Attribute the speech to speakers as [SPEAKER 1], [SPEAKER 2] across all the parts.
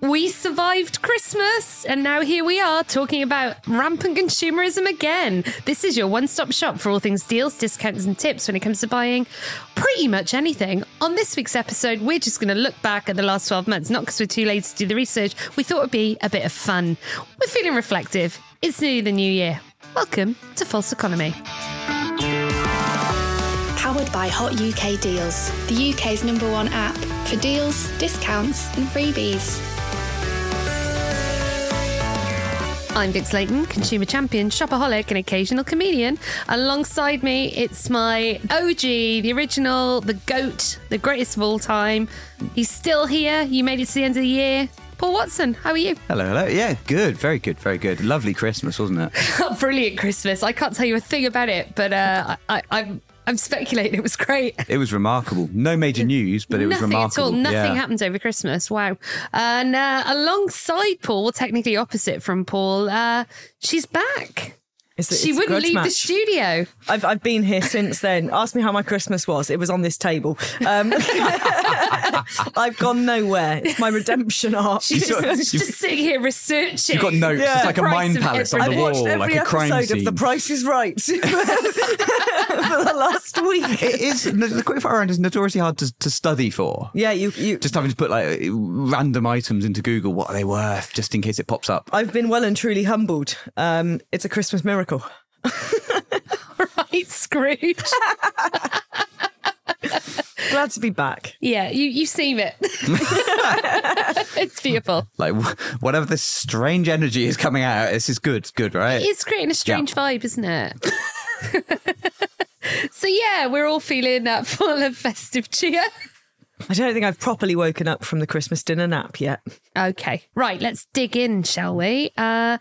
[SPEAKER 1] we survived Christmas, and now here we are talking about rampant consumerism again. This is your one stop shop for all things deals, discounts, and tips when it comes to buying pretty much anything. On this week's episode, we're just going to look back at the last 12 months, not because we're too lazy to do the research. We thought it'd be a bit of fun. We're feeling reflective. It's nearly the new year. Welcome to False Economy.
[SPEAKER 2] Powered by Hot UK Deals, the UK's number one app for deals, discounts, and freebies.
[SPEAKER 1] I'm Vince Layton, consumer champion, shopaholic, and occasional comedian. Alongside me, it's my OG, the original, the GOAT, the greatest of all time. He's still here. You made it to the end of the year. Paul Watson, how are you?
[SPEAKER 3] Hello, hello. Yeah, good. Very good. Very good. Lovely Christmas, wasn't it?
[SPEAKER 1] Oh, Brilliant Christmas. I can't tell you a thing about it, but uh, I, I, I'm I'm speculating it was great.
[SPEAKER 3] It was remarkable. No major news, but it was
[SPEAKER 1] Nothing at
[SPEAKER 3] remarkable.
[SPEAKER 1] all. Nothing
[SPEAKER 3] yeah.
[SPEAKER 1] happened over Christmas. Wow. And uh, alongside Paul, well, technically opposite from Paul, uh, she's back.
[SPEAKER 4] It's- it's
[SPEAKER 1] she
[SPEAKER 4] a
[SPEAKER 1] wouldn't
[SPEAKER 4] grudge
[SPEAKER 1] leave the
[SPEAKER 4] match.
[SPEAKER 1] studio.
[SPEAKER 4] I've, I've been here since then. Ask me how my Christmas was. It was on this table. Um, I've gone nowhere. It's my redemption arc.
[SPEAKER 1] She's
[SPEAKER 3] You
[SPEAKER 1] just,
[SPEAKER 3] sort of-
[SPEAKER 1] she's
[SPEAKER 3] you-
[SPEAKER 1] just sitting here researching.
[SPEAKER 3] You've got notes.
[SPEAKER 4] Yeah.
[SPEAKER 3] It's like a
[SPEAKER 1] Price
[SPEAKER 3] mind
[SPEAKER 1] of
[SPEAKER 3] palace on the
[SPEAKER 1] everything.
[SPEAKER 3] wall,
[SPEAKER 4] I've watched
[SPEAKER 3] like
[SPEAKER 4] every
[SPEAKER 3] a crime
[SPEAKER 4] episode
[SPEAKER 3] scene.
[SPEAKER 4] of The Price is Right for the last week.
[SPEAKER 3] it is. The quickfire round is notoriously hard to, to study for.
[SPEAKER 4] Yeah, you. you
[SPEAKER 3] Just having to put like random items into Google, what are they worth, just in case it pops up.
[SPEAKER 4] I've been well and truly humbled. Um, it's a Christmas miracle.
[SPEAKER 1] right, Scrooge.
[SPEAKER 4] Glad to be back.
[SPEAKER 1] yeah, you you seen it. it's beautiful.
[SPEAKER 3] Like wh- whatever this strange energy is coming out, this is good, good, right?
[SPEAKER 1] It's creating a strange vibe, isn't it? so yeah, we're all feeling that full of festive cheer.
[SPEAKER 4] I don't think I've properly woken up from the Christmas dinner nap yet.
[SPEAKER 1] Okay, right. Let's dig in, shall we? Uh,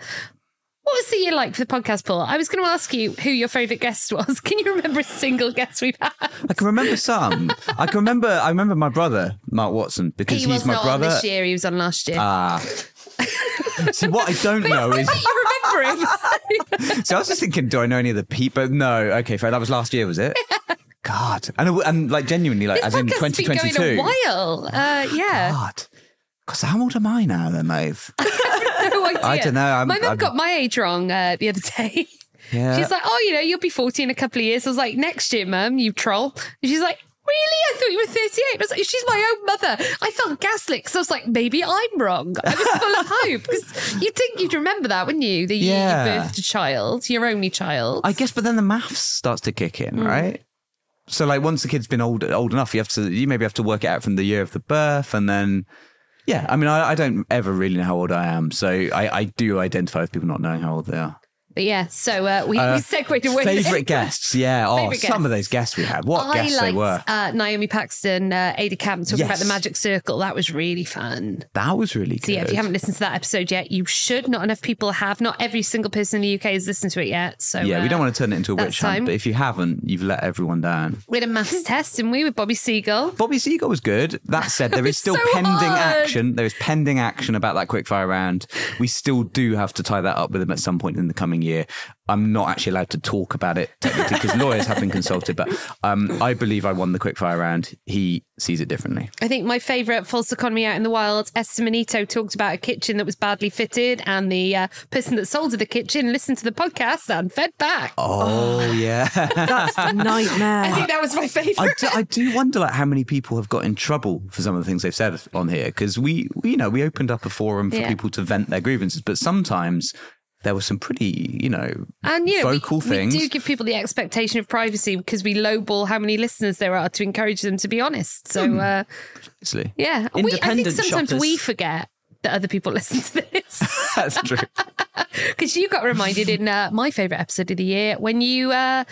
[SPEAKER 1] what was the year like for the podcast, Paul? I was going to ask you who your favourite guest was. Can you remember a single guest we've had?
[SPEAKER 3] I can remember some. I can remember. I remember my brother, Mark Watson, because
[SPEAKER 1] He
[SPEAKER 3] he's
[SPEAKER 1] was
[SPEAKER 3] my
[SPEAKER 1] not
[SPEAKER 3] brother.
[SPEAKER 1] on this year. He was on last year.
[SPEAKER 3] Ah. See, what I don't know is.
[SPEAKER 1] you remember him?
[SPEAKER 3] So I was just thinking, do I know any of the people? No. Okay, fair. That was last year, was it? God, and it w- and like genuinely, like as in
[SPEAKER 1] Podcast has been
[SPEAKER 3] twenty twenty
[SPEAKER 1] going
[SPEAKER 3] two.
[SPEAKER 1] a while. Uh, yeah.
[SPEAKER 3] God, because how old am I now, then, Maeve?
[SPEAKER 1] No idea.
[SPEAKER 3] I dunno, I'm-
[SPEAKER 1] my mum
[SPEAKER 3] I'm-
[SPEAKER 1] got my age wrong uh, the other day.
[SPEAKER 3] Yeah.
[SPEAKER 1] She's like, oh, you know, you'll be 40 in a couple of years. I was like, next year, mum, you troll. And she's like, really? I thought you were 38. I was like, she's my own mother. I felt gaslit because I was like, maybe I'm wrong. I was full of hope because you'd think you'd remember that, wouldn't you? The year
[SPEAKER 3] Yeah.
[SPEAKER 1] you birthed a child, your only child.
[SPEAKER 3] I guess, but then the maths starts to kick
[SPEAKER 1] Hmm.
[SPEAKER 3] in, right? So like once the kid's been old old enough, you have to you maybe have to work it out from the year of the birth, and then yeah, I mean, I, I don't ever really know how old I am, so I, I do identify with people not knowing how old they are.
[SPEAKER 1] but yeah, so uh, we,
[SPEAKER 3] Uh,
[SPEAKER 1] we segued away. there.
[SPEAKER 3] Favorite guests, yeah. Oh,
[SPEAKER 1] Favourite
[SPEAKER 3] some of
[SPEAKER 1] guests.
[SPEAKER 3] those guests we had. What
[SPEAKER 1] I
[SPEAKER 3] guests
[SPEAKER 1] liked
[SPEAKER 3] they were.
[SPEAKER 1] Uh, Naomi Paxton, uh, Ada Camp talking about
[SPEAKER 3] Yes.
[SPEAKER 1] the magic circle. That was really fun.
[SPEAKER 3] That was really good.
[SPEAKER 1] So yeah, if you haven't listened to that episode yet, you should. Not enough people have. Not every single person in the UK has listened to it yet. So
[SPEAKER 3] yeah, we don't
[SPEAKER 1] uh,
[SPEAKER 3] want to turn it into a
[SPEAKER 1] that's
[SPEAKER 3] witch hunt,
[SPEAKER 1] time.
[SPEAKER 3] but if you haven't, you've let everyone down.
[SPEAKER 1] We had a maths test, and we with Bobby Seagull.
[SPEAKER 3] Bobby Seagull was good. That said, there is still
[SPEAKER 1] So
[SPEAKER 3] pending
[SPEAKER 1] hard.
[SPEAKER 3] action. There is pending action about that quickfire round. We still do have to tie that up with him at some point in the coming year. I'm not actually allowed to talk about it technically because lawyers have been consulted, but um, I believe I won the quickfire round. He sees it differently.
[SPEAKER 1] I think my favourite false economy out in the wild. Esther Manito talked about a kitchen that was badly fitted, and the uh, person that sold her the kitchen listened to the podcast and fed back.
[SPEAKER 3] Oh, yeah.
[SPEAKER 4] That's a
[SPEAKER 1] I
[SPEAKER 4] nightmare.
[SPEAKER 1] think that was my favourite.
[SPEAKER 3] I do, I do wonder like how many people have got in trouble for some of the things they've said on here because we, we, you know we opened up a forum for
[SPEAKER 1] Yeah.
[SPEAKER 3] people to vent their grievances but sometimes there were some pretty you know
[SPEAKER 1] And you know, we-
[SPEAKER 3] vocal
[SPEAKER 1] we,
[SPEAKER 3] things
[SPEAKER 1] do give people the expectation of privacy because we lowball how many listeners there are to encourage them to be honest.
[SPEAKER 3] Hmm.
[SPEAKER 1] So uh,
[SPEAKER 3] obviously.
[SPEAKER 1] yeah, we, I think
[SPEAKER 4] Independent
[SPEAKER 1] sometimes we
[SPEAKER 4] shoppers.
[SPEAKER 1] forget that other people listen to this
[SPEAKER 3] that's true
[SPEAKER 1] because you got reminded in uh, my favorite episode of the year when you uh,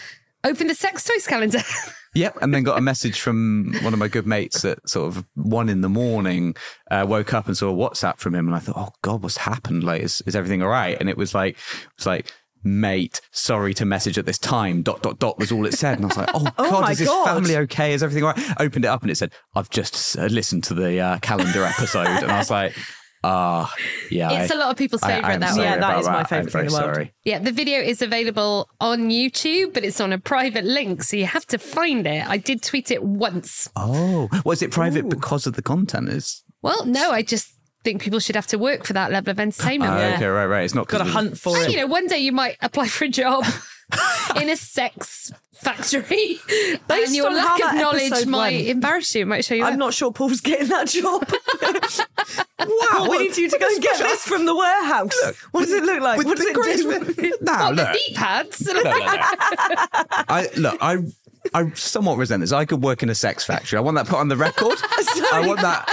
[SPEAKER 1] opened the sex toys calendar.
[SPEAKER 3] yep and then got a message from one of my good mates at sort of one in the morning uh, woke up and saw a whatsapp from him and i thought oh god what's happened like is, is everything all right and it was like it's like mate sorry to message at this time dot dot dot was all it said and i was like oh, god
[SPEAKER 4] my
[SPEAKER 3] is his
[SPEAKER 4] God.
[SPEAKER 3] family okay is everything all right I opened it up and it said i've just uh, listened to the uh, calendar episode and i was like ah yeah
[SPEAKER 1] it's
[SPEAKER 3] I-
[SPEAKER 1] a lot of people's
[SPEAKER 3] I-
[SPEAKER 1] favorite
[SPEAKER 3] I'm
[SPEAKER 1] that one.
[SPEAKER 3] sorry
[SPEAKER 4] Yeah, that
[SPEAKER 3] about
[SPEAKER 4] is my
[SPEAKER 3] I'm
[SPEAKER 4] favourite
[SPEAKER 3] very
[SPEAKER 4] thing in the world.
[SPEAKER 3] sorry
[SPEAKER 1] Yeah, the video is available on YouTube, but it's on a private link, so you have to find it. I did tweet it once.
[SPEAKER 3] Uh, oh was it private because of the content is
[SPEAKER 1] Well, no, I just think people should have to work for that level of entertainment.
[SPEAKER 3] Oh,
[SPEAKER 4] Yeah.
[SPEAKER 3] Okay, right, right. It's not
[SPEAKER 4] Got to
[SPEAKER 3] because
[SPEAKER 4] hunt for
[SPEAKER 1] And,
[SPEAKER 4] it.
[SPEAKER 1] you know, one day you might apply for a job in a sex factory, and your
[SPEAKER 4] on how
[SPEAKER 1] lack of
[SPEAKER 4] that
[SPEAKER 1] knowledge
[SPEAKER 4] episode
[SPEAKER 1] might
[SPEAKER 4] went.
[SPEAKER 1] embarrass you. It might show you.
[SPEAKER 4] I'm
[SPEAKER 1] up.
[SPEAKER 4] not sure Paul's getting that job. wow, we need you to go and get this from the warehouse. what does it look like?
[SPEAKER 3] With
[SPEAKER 4] What does
[SPEAKER 3] the
[SPEAKER 4] it do?
[SPEAKER 3] charisma- Now,
[SPEAKER 1] Got the
[SPEAKER 3] look.
[SPEAKER 1] beat pads.
[SPEAKER 3] No, no, no. I look, I I somewhat resent this. I could work in a sex factory. I want that put on the record. I want that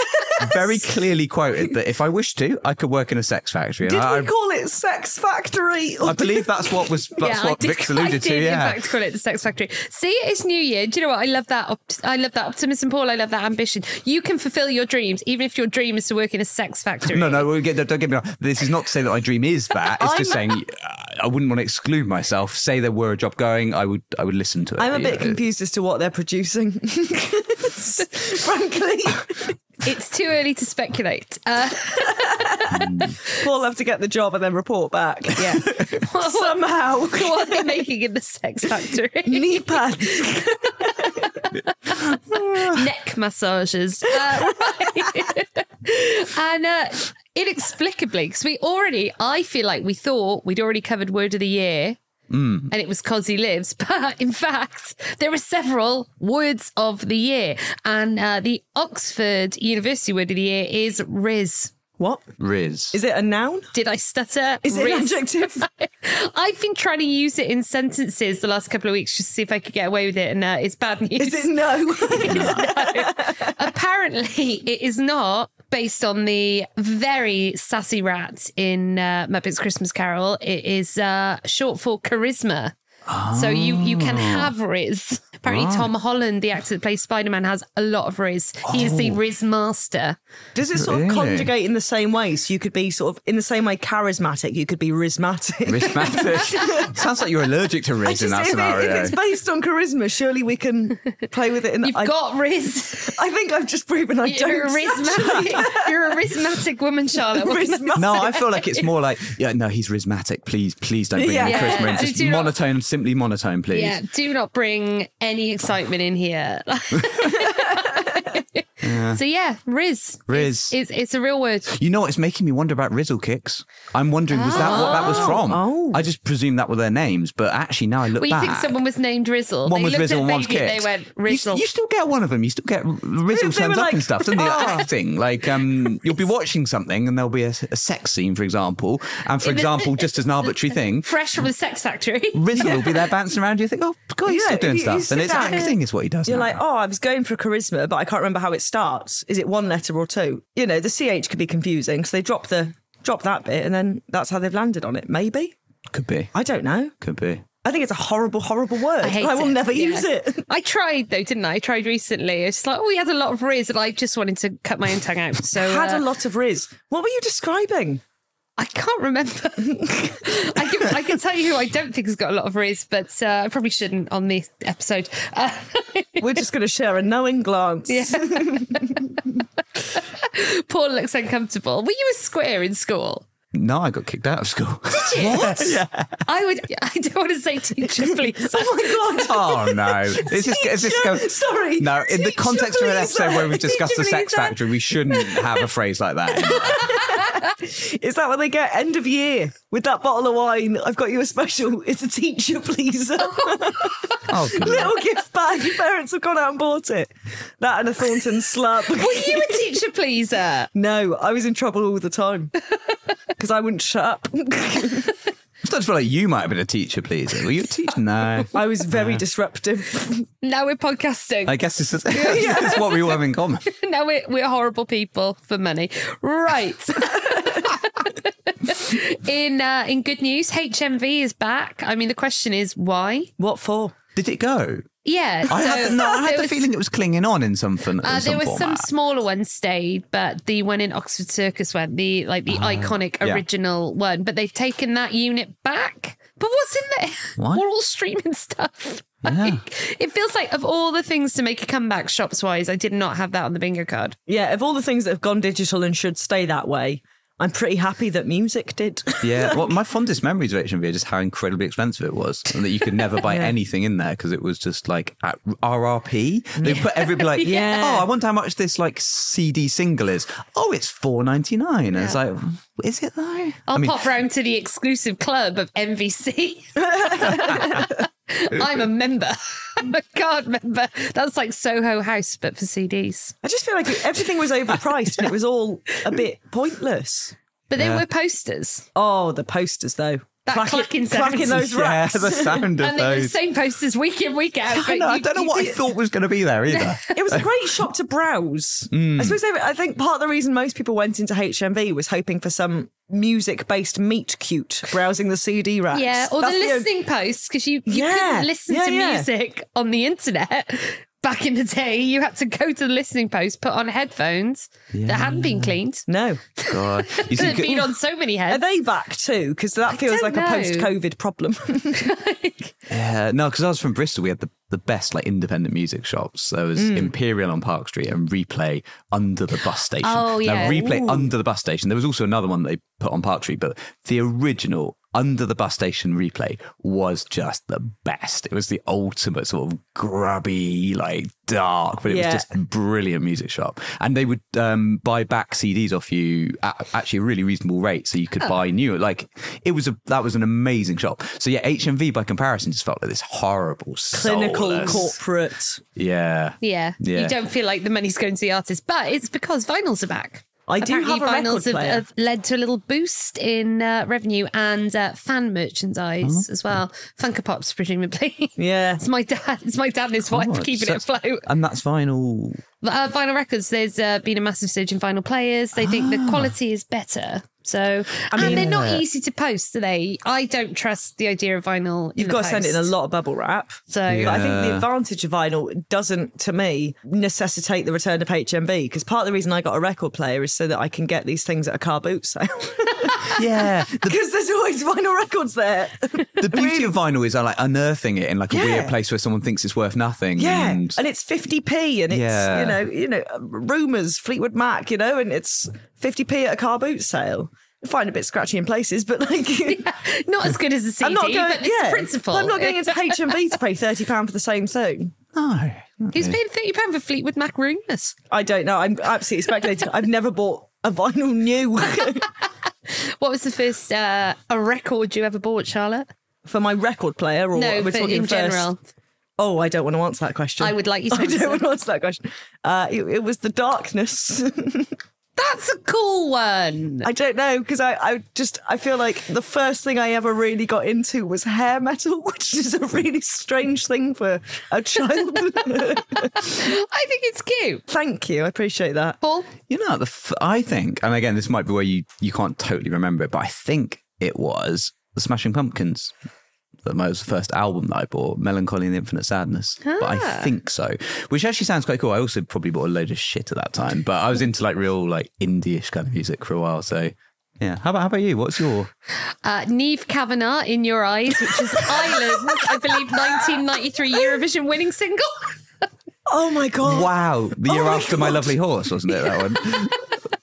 [SPEAKER 3] very clearly quoted that if I wish to, I could work in a sex factory. And
[SPEAKER 4] Did
[SPEAKER 3] I,
[SPEAKER 4] we call it Sex Factory?
[SPEAKER 3] I believe that's what was that's
[SPEAKER 1] I
[SPEAKER 3] what
[SPEAKER 1] did-
[SPEAKER 3] Vic's
[SPEAKER 1] I
[SPEAKER 3] alluded
[SPEAKER 1] did,
[SPEAKER 3] to.
[SPEAKER 1] in
[SPEAKER 3] Yeah.
[SPEAKER 1] fact, call it the Sex Factory. See, it's New Year. Do you know what? I love that. Op- I love that optimism, Paul. I love that ambition. You can fulfill your dreams, even if your dream is to work in a sex factory.
[SPEAKER 3] No, no, we get, don't get me wrong. This is not to say that my dream is that. It's just saying uh, I wouldn't want to exclude myself. Say there were a job going, I would I would listen to it.
[SPEAKER 4] I'm a
[SPEAKER 3] you
[SPEAKER 4] bit
[SPEAKER 3] know.
[SPEAKER 4] confused as to what they're producing. Frankly,
[SPEAKER 1] It's too early to speculate. Uh,
[SPEAKER 4] Paul will have to get the job and then report back.
[SPEAKER 1] yeah. what, what,
[SPEAKER 4] Somehow.
[SPEAKER 1] what are they making in the sex factory?
[SPEAKER 4] Knee pads.
[SPEAKER 1] Neck massages. Uh, right. and uh, inexplicably, because we already, I feel like we thought we'd already covered word of the year. and it was because he lives. But in fact, there are several words of the year, and uh, the Oxford University word of the year is Riz.
[SPEAKER 4] What?
[SPEAKER 3] Riz.
[SPEAKER 4] Is it a noun?
[SPEAKER 1] Did I stutter?
[SPEAKER 4] Is it an
[SPEAKER 1] Riz.
[SPEAKER 4] adjective?
[SPEAKER 1] I've been trying to use it in sentences the last couple of weeks just to see if I could get away with it, and uh, it's bad news.
[SPEAKER 4] Is it no?
[SPEAKER 1] Apparently, it is not based on the very sassy rat in uh, Muppets Christmas Carol. It is uh, short for charisma. So you you can have Riz. Apparently, Tom Holland, the actor that plays Spider Man, has a lot of Riz. He is the Riz master.
[SPEAKER 4] Does it sort of
[SPEAKER 3] Really?
[SPEAKER 4] conjugate in the same way? So you could be sort of in the same way charismatic, you could be rhismatic.
[SPEAKER 3] Riz matters. Sounds like you're allergic to Riz in
[SPEAKER 4] Just
[SPEAKER 3] that
[SPEAKER 4] if, it- if
[SPEAKER 3] scenario.
[SPEAKER 4] it's based on charisma, surely we can play with it. In the,
[SPEAKER 1] You've
[SPEAKER 4] I,
[SPEAKER 1] got Riz.
[SPEAKER 4] I think I've just proven I don't.
[SPEAKER 1] You're a rismatic. You're a rismatic woman, Charlotte. What can I
[SPEAKER 4] Rhismatic.
[SPEAKER 3] No, I feel like it's more like, yeah, no, he's rhythmatic. Please, please don't bring
[SPEAKER 4] Yeah.
[SPEAKER 3] in
[SPEAKER 4] Yeah.
[SPEAKER 3] Chris Marin.
[SPEAKER 1] Do-
[SPEAKER 3] Just
[SPEAKER 1] do not-
[SPEAKER 3] monotone, simply monotone, please.
[SPEAKER 1] Yeah, do not bring any excitement in here. So yeah, Riz.
[SPEAKER 3] Riz.
[SPEAKER 1] It's, it's a real word.
[SPEAKER 3] you know what? It's making me wonder about Rizzle Kicks. I'm wondering, was that what that was from?
[SPEAKER 4] Oh.
[SPEAKER 3] I just presumed that were their names, but actually, now I look
[SPEAKER 1] Well, you
[SPEAKER 3] back.
[SPEAKER 1] think someone was named Rizzle.
[SPEAKER 3] one
[SPEAKER 1] they
[SPEAKER 3] was
[SPEAKER 1] looked
[SPEAKER 3] Rizzle
[SPEAKER 1] at
[SPEAKER 3] and one's
[SPEAKER 1] Baby and
[SPEAKER 3] Kicks.
[SPEAKER 1] They went
[SPEAKER 3] You-
[SPEAKER 1] Rizzle.
[SPEAKER 3] You, still get one of them. You still get
[SPEAKER 4] They
[SPEAKER 3] Rizzle
[SPEAKER 4] were
[SPEAKER 3] turns up
[SPEAKER 4] like-
[SPEAKER 3] and stuff, doesn't he? Like acting. Like um, you'll be watching something and there'll be a, a sex scene, for example. And for
[SPEAKER 1] In the-
[SPEAKER 3] example, just as an arbitrary thing,
[SPEAKER 1] Fresh from the sex factory.
[SPEAKER 3] Rizzle will be there bouncing around. You think, oh, God, he's
[SPEAKER 4] Yeah,
[SPEAKER 3] still
[SPEAKER 4] if
[SPEAKER 3] doing
[SPEAKER 4] you- you
[SPEAKER 3] stuff.
[SPEAKER 4] sit
[SPEAKER 3] And it's
[SPEAKER 4] down-
[SPEAKER 3] acting is what he does.
[SPEAKER 4] You're
[SPEAKER 3] now.
[SPEAKER 4] like, oh, I was going for charisma, but I can't remember how it starts. Is it one letter or two? You know, the ch could be confusing, so they drop the drop that bit, and then that's how they've landed on it. Maybe
[SPEAKER 3] Could be.
[SPEAKER 4] I don't know.
[SPEAKER 3] Could be.
[SPEAKER 4] I think it's a horrible, horrible word.
[SPEAKER 1] I hate
[SPEAKER 4] and I will
[SPEAKER 1] it.
[SPEAKER 4] never
[SPEAKER 1] Yeah.
[SPEAKER 4] use it.
[SPEAKER 1] I tried though, didn't I? I tried recently. It's just like, oh, we had a lot of Riz, and I just wanted to cut my own tongue out. So
[SPEAKER 4] Had
[SPEAKER 1] uh,
[SPEAKER 4] a lot of riz. What were you describing?
[SPEAKER 1] I can't remember. I can I can tell you who I don't think has got a lot of Riz, but uh, I probably shouldn't on this episode. Uh,
[SPEAKER 4] We're just going to share a knowing glance.
[SPEAKER 1] Paul looks uncomfortable. Were you a square in school?
[SPEAKER 3] No, I got kicked out of school.
[SPEAKER 1] What? I would. I don't want to say teacher, please.
[SPEAKER 4] Oh my god.
[SPEAKER 3] oh no! This is, is this go-
[SPEAKER 4] Teacher, sorry.
[SPEAKER 3] No, in the
[SPEAKER 4] Teacher,
[SPEAKER 3] context of an
[SPEAKER 4] please,
[SPEAKER 3] episode where we
[SPEAKER 4] Teacher,
[SPEAKER 3] discussed the
[SPEAKER 4] please,
[SPEAKER 3] sex
[SPEAKER 4] sir.
[SPEAKER 3] factory, we shouldn't have a phrase like that.
[SPEAKER 4] Is that what they get? End of year with that bottle of wine. I've got you a special. It's a teacher pleaser.
[SPEAKER 3] Oh, good lord.
[SPEAKER 4] Little gift bag. Your parents have gone out and bought it. That and a Thornton slab.
[SPEAKER 1] Were you a teacher, pleaser?
[SPEAKER 4] no, I was in trouble all the time because I wouldn't shut up.
[SPEAKER 3] I started to feel like you might have been a teacher, please. Were you a teacher? No.
[SPEAKER 4] I was very disruptive.
[SPEAKER 1] Now we're podcasting.
[SPEAKER 3] I guess this is, this is what we all have in common.
[SPEAKER 1] No, we're, we're horrible people for money. Right. in uh, in good news, HMV is back. I mean, the question is why?
[SPEAKER 4] What for?
[SPEAKER 3] Did it go?
[SPEAKER 1] Yeah.
[SPEAKER 3] I had,
[SPEAKER 1] so
[SPEAKER 3] the, no, I
[SPEAKER 1] there
[SPEAKER 3] had the
[SPEAKER 1] was-
[SPEAKER 3] feeling it was clinging on in some, fin-
[SPEAKER 1] Uh,
[SPEAKER 3] in some
[SPEAKER 1] there was some
[SPEAKER 3] format.
[SPEAKER 1] smaller one stayed, but the one in Oxford Circus went the like the iconic
[SPEAKER 3] Uh-huh. yeah.
[SPEAKER 1] original one. But they've taken that unit back. But what's in there?
[SPEAKER 3] What?
[SPEAKER 1] We're all streaming stuff.
[SPEAKER 3] Yeah.
[SPEAKER 1] Like, it feels like of all the things to make a comeback shops wise, I did not have that on the bingo card.
[SPEAKER 4] Yeah, of all the things that have gone digital and should stay that way, I'm pretty happy that music did.
[SPEAKER 3] Yeah. well, my fondest memories of H&B are just how incredibly expensive it was, and that you could never buy anything in there because it was just like at RRP.
[SPEAKER 1] Mm.
[SPEAKER 3] They put everybody like,
[SPEAKER 4] Yeah.
[SPEAKER 3] oh, I wonder how much this like CD single is. Oh, it's four ninety nine. And It's like, is it though?
[SPEAKER 1] I'll
[SPEAKER 3] I mean,
[SPEAKER 1] pop round to the exclusive club of MVC. I'm a member. I'm a card member. That's like Soho House, but for CDs.
[SPEAKER 4] I just feel like everything was overpriced and it was all a bit pointless.
[SPEAKER 1] But there were posters.
[SPEAKER 4] Oh, the posters though.
[SPEAKER 1] That clacking sound.
[SPEAKER 4] clacking those
[SPEAKER 3] yeah,
[SPEAKER 4] racks.
[SPEAKER 3] the sound of
[SPEAKER 1] And they were the
[SPEAKER 3] those.
[SPEAKER 1] same posters week in, week out.
[SPEAKER 3] I,
[SPEAKER 1] but
[SPEAKER 3] know, I
[SPEAKER 1] you-
[SPEAKER 3] don't know
[SPEAKER 1] you
[SPEAKER 3] what I
[SPEAKER 1] did-
[SPEAKER 3] thought was going to be there either.
[SPEAKER 4] It was a great shop to browse. I suppose they, I think part of the reason most people went into HMV was hoping for some music-based meet cute, browsing the CD racks.
[SPEAKER 1] Yeah, or
[SPEAKER 4] That's
[SPEAKER 1] the
[SPEAKER 4] only-
[SPEAKER 1] listening posts, because you, you
[SPEAKER 4] Yeah,
[SPEAKER 1] couldn't listen
[SPEAKER 4] yeah,
[SPEAKER 1] to
[SPEAKER 4] yeah.
[SPEAKER 1] music on the internet. Back in the day, you had to go to the listening post, put on headphones that hadn't been cleaned,
[SPEAKER 4] No,
[SPEAKER 3] God. You
[SPEAKER 1] that
[SPEAKER 3] see,
[SPEAKER 1] had been on so many heads.
[SPEAKER 4] are they back too? Because that feels
[SPEAKER 1] don't
[SPEAKER 4] like
[SPEAKER 1] know.
[SPEAKER 4] a post-COVID problem.
[SPEAKER 3] Yeah, no, because I was from Bristol. We had the, the best like independent music shops. There was
[SPEAKER 1] Mm.
[SPEAKER 3] Imperial on Park Street and Replay under the bus station.
[SPEAKER 1] Oh, yeah.
[SPEAKER 3] now, Replay under the bus station. There was also another one they put on Park Street, but the original under the bus station Replay was just the best. It was the ultimate sort of grubby, like dark, but it
[SPEAKER 4] Yeah.
[SPEAKER 3] was just brilliant music shop. And they would um, buy back CDs off you at actually a really reasonable rate, so you
[SPEAKER 1] Oh.
[SPEAKER 3] could buy new. Like it was a that was an amazing shop. So yeah, HMV by comparison just felt like this horrible
[SPEAKER 4] Clinical,
[SPEAKER 3] soulless-
[SPEAKER 4] corporate.
[SPEAKER 3] Yeah,
[SPEAKER 1] Yeah. You
[SPEAKER 3] Yeah.
[SPEAKER 1] don't feel like the money's going to the artist, but it's because vinyls are back.
[SPEAKER 4] I do
[SPEAKER 1] Apparently
[SPEAKER 4] have a record
[SPEAKER 1] vinyls have,
[SPEAKER 4] player.
[SPEAKER 1] have led to a little boost in uh, revenue and uh, fan merchandise as well. Funko Pops, presumably.
[SPEAKER 4] Oh. Yeah.
[SPEAKER 1] it's my dad. It's my dad and his wife
[SPEAKER 3] God,
[SPEAKER 1] keeping
[SPEAKER 3] so-
[SPEAKER 1] it afloat.
[SPEAKER 3] and that's vinyl.
[SPEAKER 1] Uh, vinyl records. There's uh, been a massive surge in vinyl players. They think
[SPEAKER 4] Ah.
[SPEAKER 1] the quality is better. So, and they're not easy to post, are they? I don't trust the idea of vinyl.
[SPEAKER 4] You've got to send it in a lot of bubble wrap.
[SPEAKER 1] So,
[SPEAKER 4] But I think the advantage of vinyl doesn't, to me, necessitate the return of HMV because part of the reason I got a record player is so that I can get these things at a car boot sale
[SPEAKER 3] Yeah, the,
[SPEAKER 4] because there's always vinyl records there.
[SPEAKER 3] the beauty of vinyl is I like unearthing it in like a weird
[SPEAKER 4] Yeah.
[SPEAKER 3] place where someone thinks it's worth nothing.
[SPEAKER 4] yeah,
[SPEAKER 3] and-
[SPEAKER 4] and it's 50p, and it's
[SPEAKER 3] Yeah.
[SPEAKER 4] you know, you know, um, rumors Fleetwood Mac, you know, and it's 50p at a car boot sale. I find it a bit scratchy in places, but like.
[SPEAKER 1] not as good as a CD,
[SPEAKER 4] I'm not going.
[SPEAKER 1] but it's
[SPEAKER 4] yeah,
[SPEAKER 1] the principle.
[SPEAKER 4] I'm not going into HMV to pay thirty pound for the same thing.
[SPEAKER 3] no, not
[SPEAKER 1] Who's
[SPEAKER 3] really.
[SPEAKER 1] paying thirty pound for Fleetwood Mac rumours?
[SPEAKER 4] I don't know. I'm absolutely speculating. I've never bought a vinyl new
[SPEAKER 1] What was the first uh, a record you ever bought, Charlotte?
[SPEAKER 4] for my record player, or
[SPEAKER 1] no,
[SPEAKER 4] we're
[SPEAKER 1] for-
[SPEAKER 4] talking
[SPEAKER 1] in
[SPEAKER 4] first.
[SPEAKER 1] general.
[SPEAKER 4] Oh, I don't want to answer that question.
[SPEAKER 1] I would like you to
[SPEAKER 4] I
[SPEAKER 1] answer.
[SPEAKER 4] don't want to answer that question. Uh, it, it was the darkness.
[SPEAKER 1] That's a cool one.
[SPEAKER 4] I don't know because I, I just I feel like the first thing I ever really got into was hair metal, which is a really strange thing for a child.
[SPEAKER 1] I think it's cute.
[SPEAKER 4] Thank you, I appreciate that.
[SPEAKER 1] Paul,
[SPEAKER 3] You know, the f- I think, and again, this might be where you you can't totally remember it, but I think it was the Smashing Pumpkins. That was the first album that I bought, Melancholy and Infinite Sadness. But
[SPEAKER 4] Ah.
[SPEAKER 3] I think so, which actually sounds quite cool. I also probably bought a load of shit at that time, but I was into like real like indie-ish kind of music for a while. So yeah, how about how about you? What's your?
[SPEAKER 1] uh, Neve Kavanagh in Your Eyes, which is Ireland's, I believe, 1993 Eurovision winning single.
[SPEAKER 4] Oh my god!
[SPEAKER 3] Wow, the year
[SPEAKER 4] my
[SPEAKER 3] after my lovely horse, wasn't it? That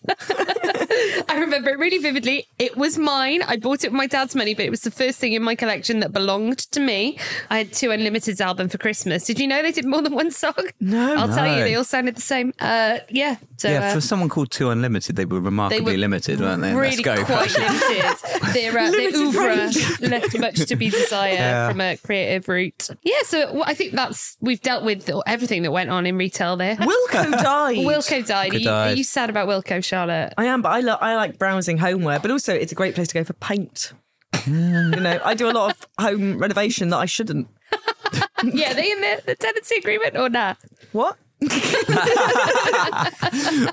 [SPEAKER 3] one.
[SPEAKER 1] I remember it really vividly. It was mine. I bought it with my dad's money, but it was the first thing in my collection that belonged to me. I had two Unlimiteds album for Christmas. Did you know they did more than one song? No, I'll tell you,
[SPEAKER 3] No.
[SPEAKER 1] they all sounded the same. Uh, yeah, so
[SPEAKER 3] yeah,
[SPEAKER 1] uh,
[SPEAKER 3] for someone called Two Unlimited, they were remarkably limited, weren't they?
[SPEAKER 1] really quite limited. Their, uh, their
[SPEAKER 4] Limited
[SPEAKER 1] oeuvre
[SPEAKER 4] range.
[SPEAKER 1] left much to be desired
[SPEAKER 3] Yeah.
[SPEAKER 1] from a creative route. Yeah, so wh- I think that's we've dealt with everything that went on in retail there.
[SPEAKER 4] Wilco died.
[SPEAKER 1] Wilco died. Are you, are
[SPEAKER 3] died.
[SPEAKER 1] you sad about Wilco, Charlotte?
[SPEAKER 4] I am, but I, lo- I like browsing homeware, but also it's a great place to go for paint. you know, I do a lot of home renovation that I shouldn't.
[SPEAKER 1] yeah, they in the, the tenancy agreement or not?
[SPEAKER 4] What?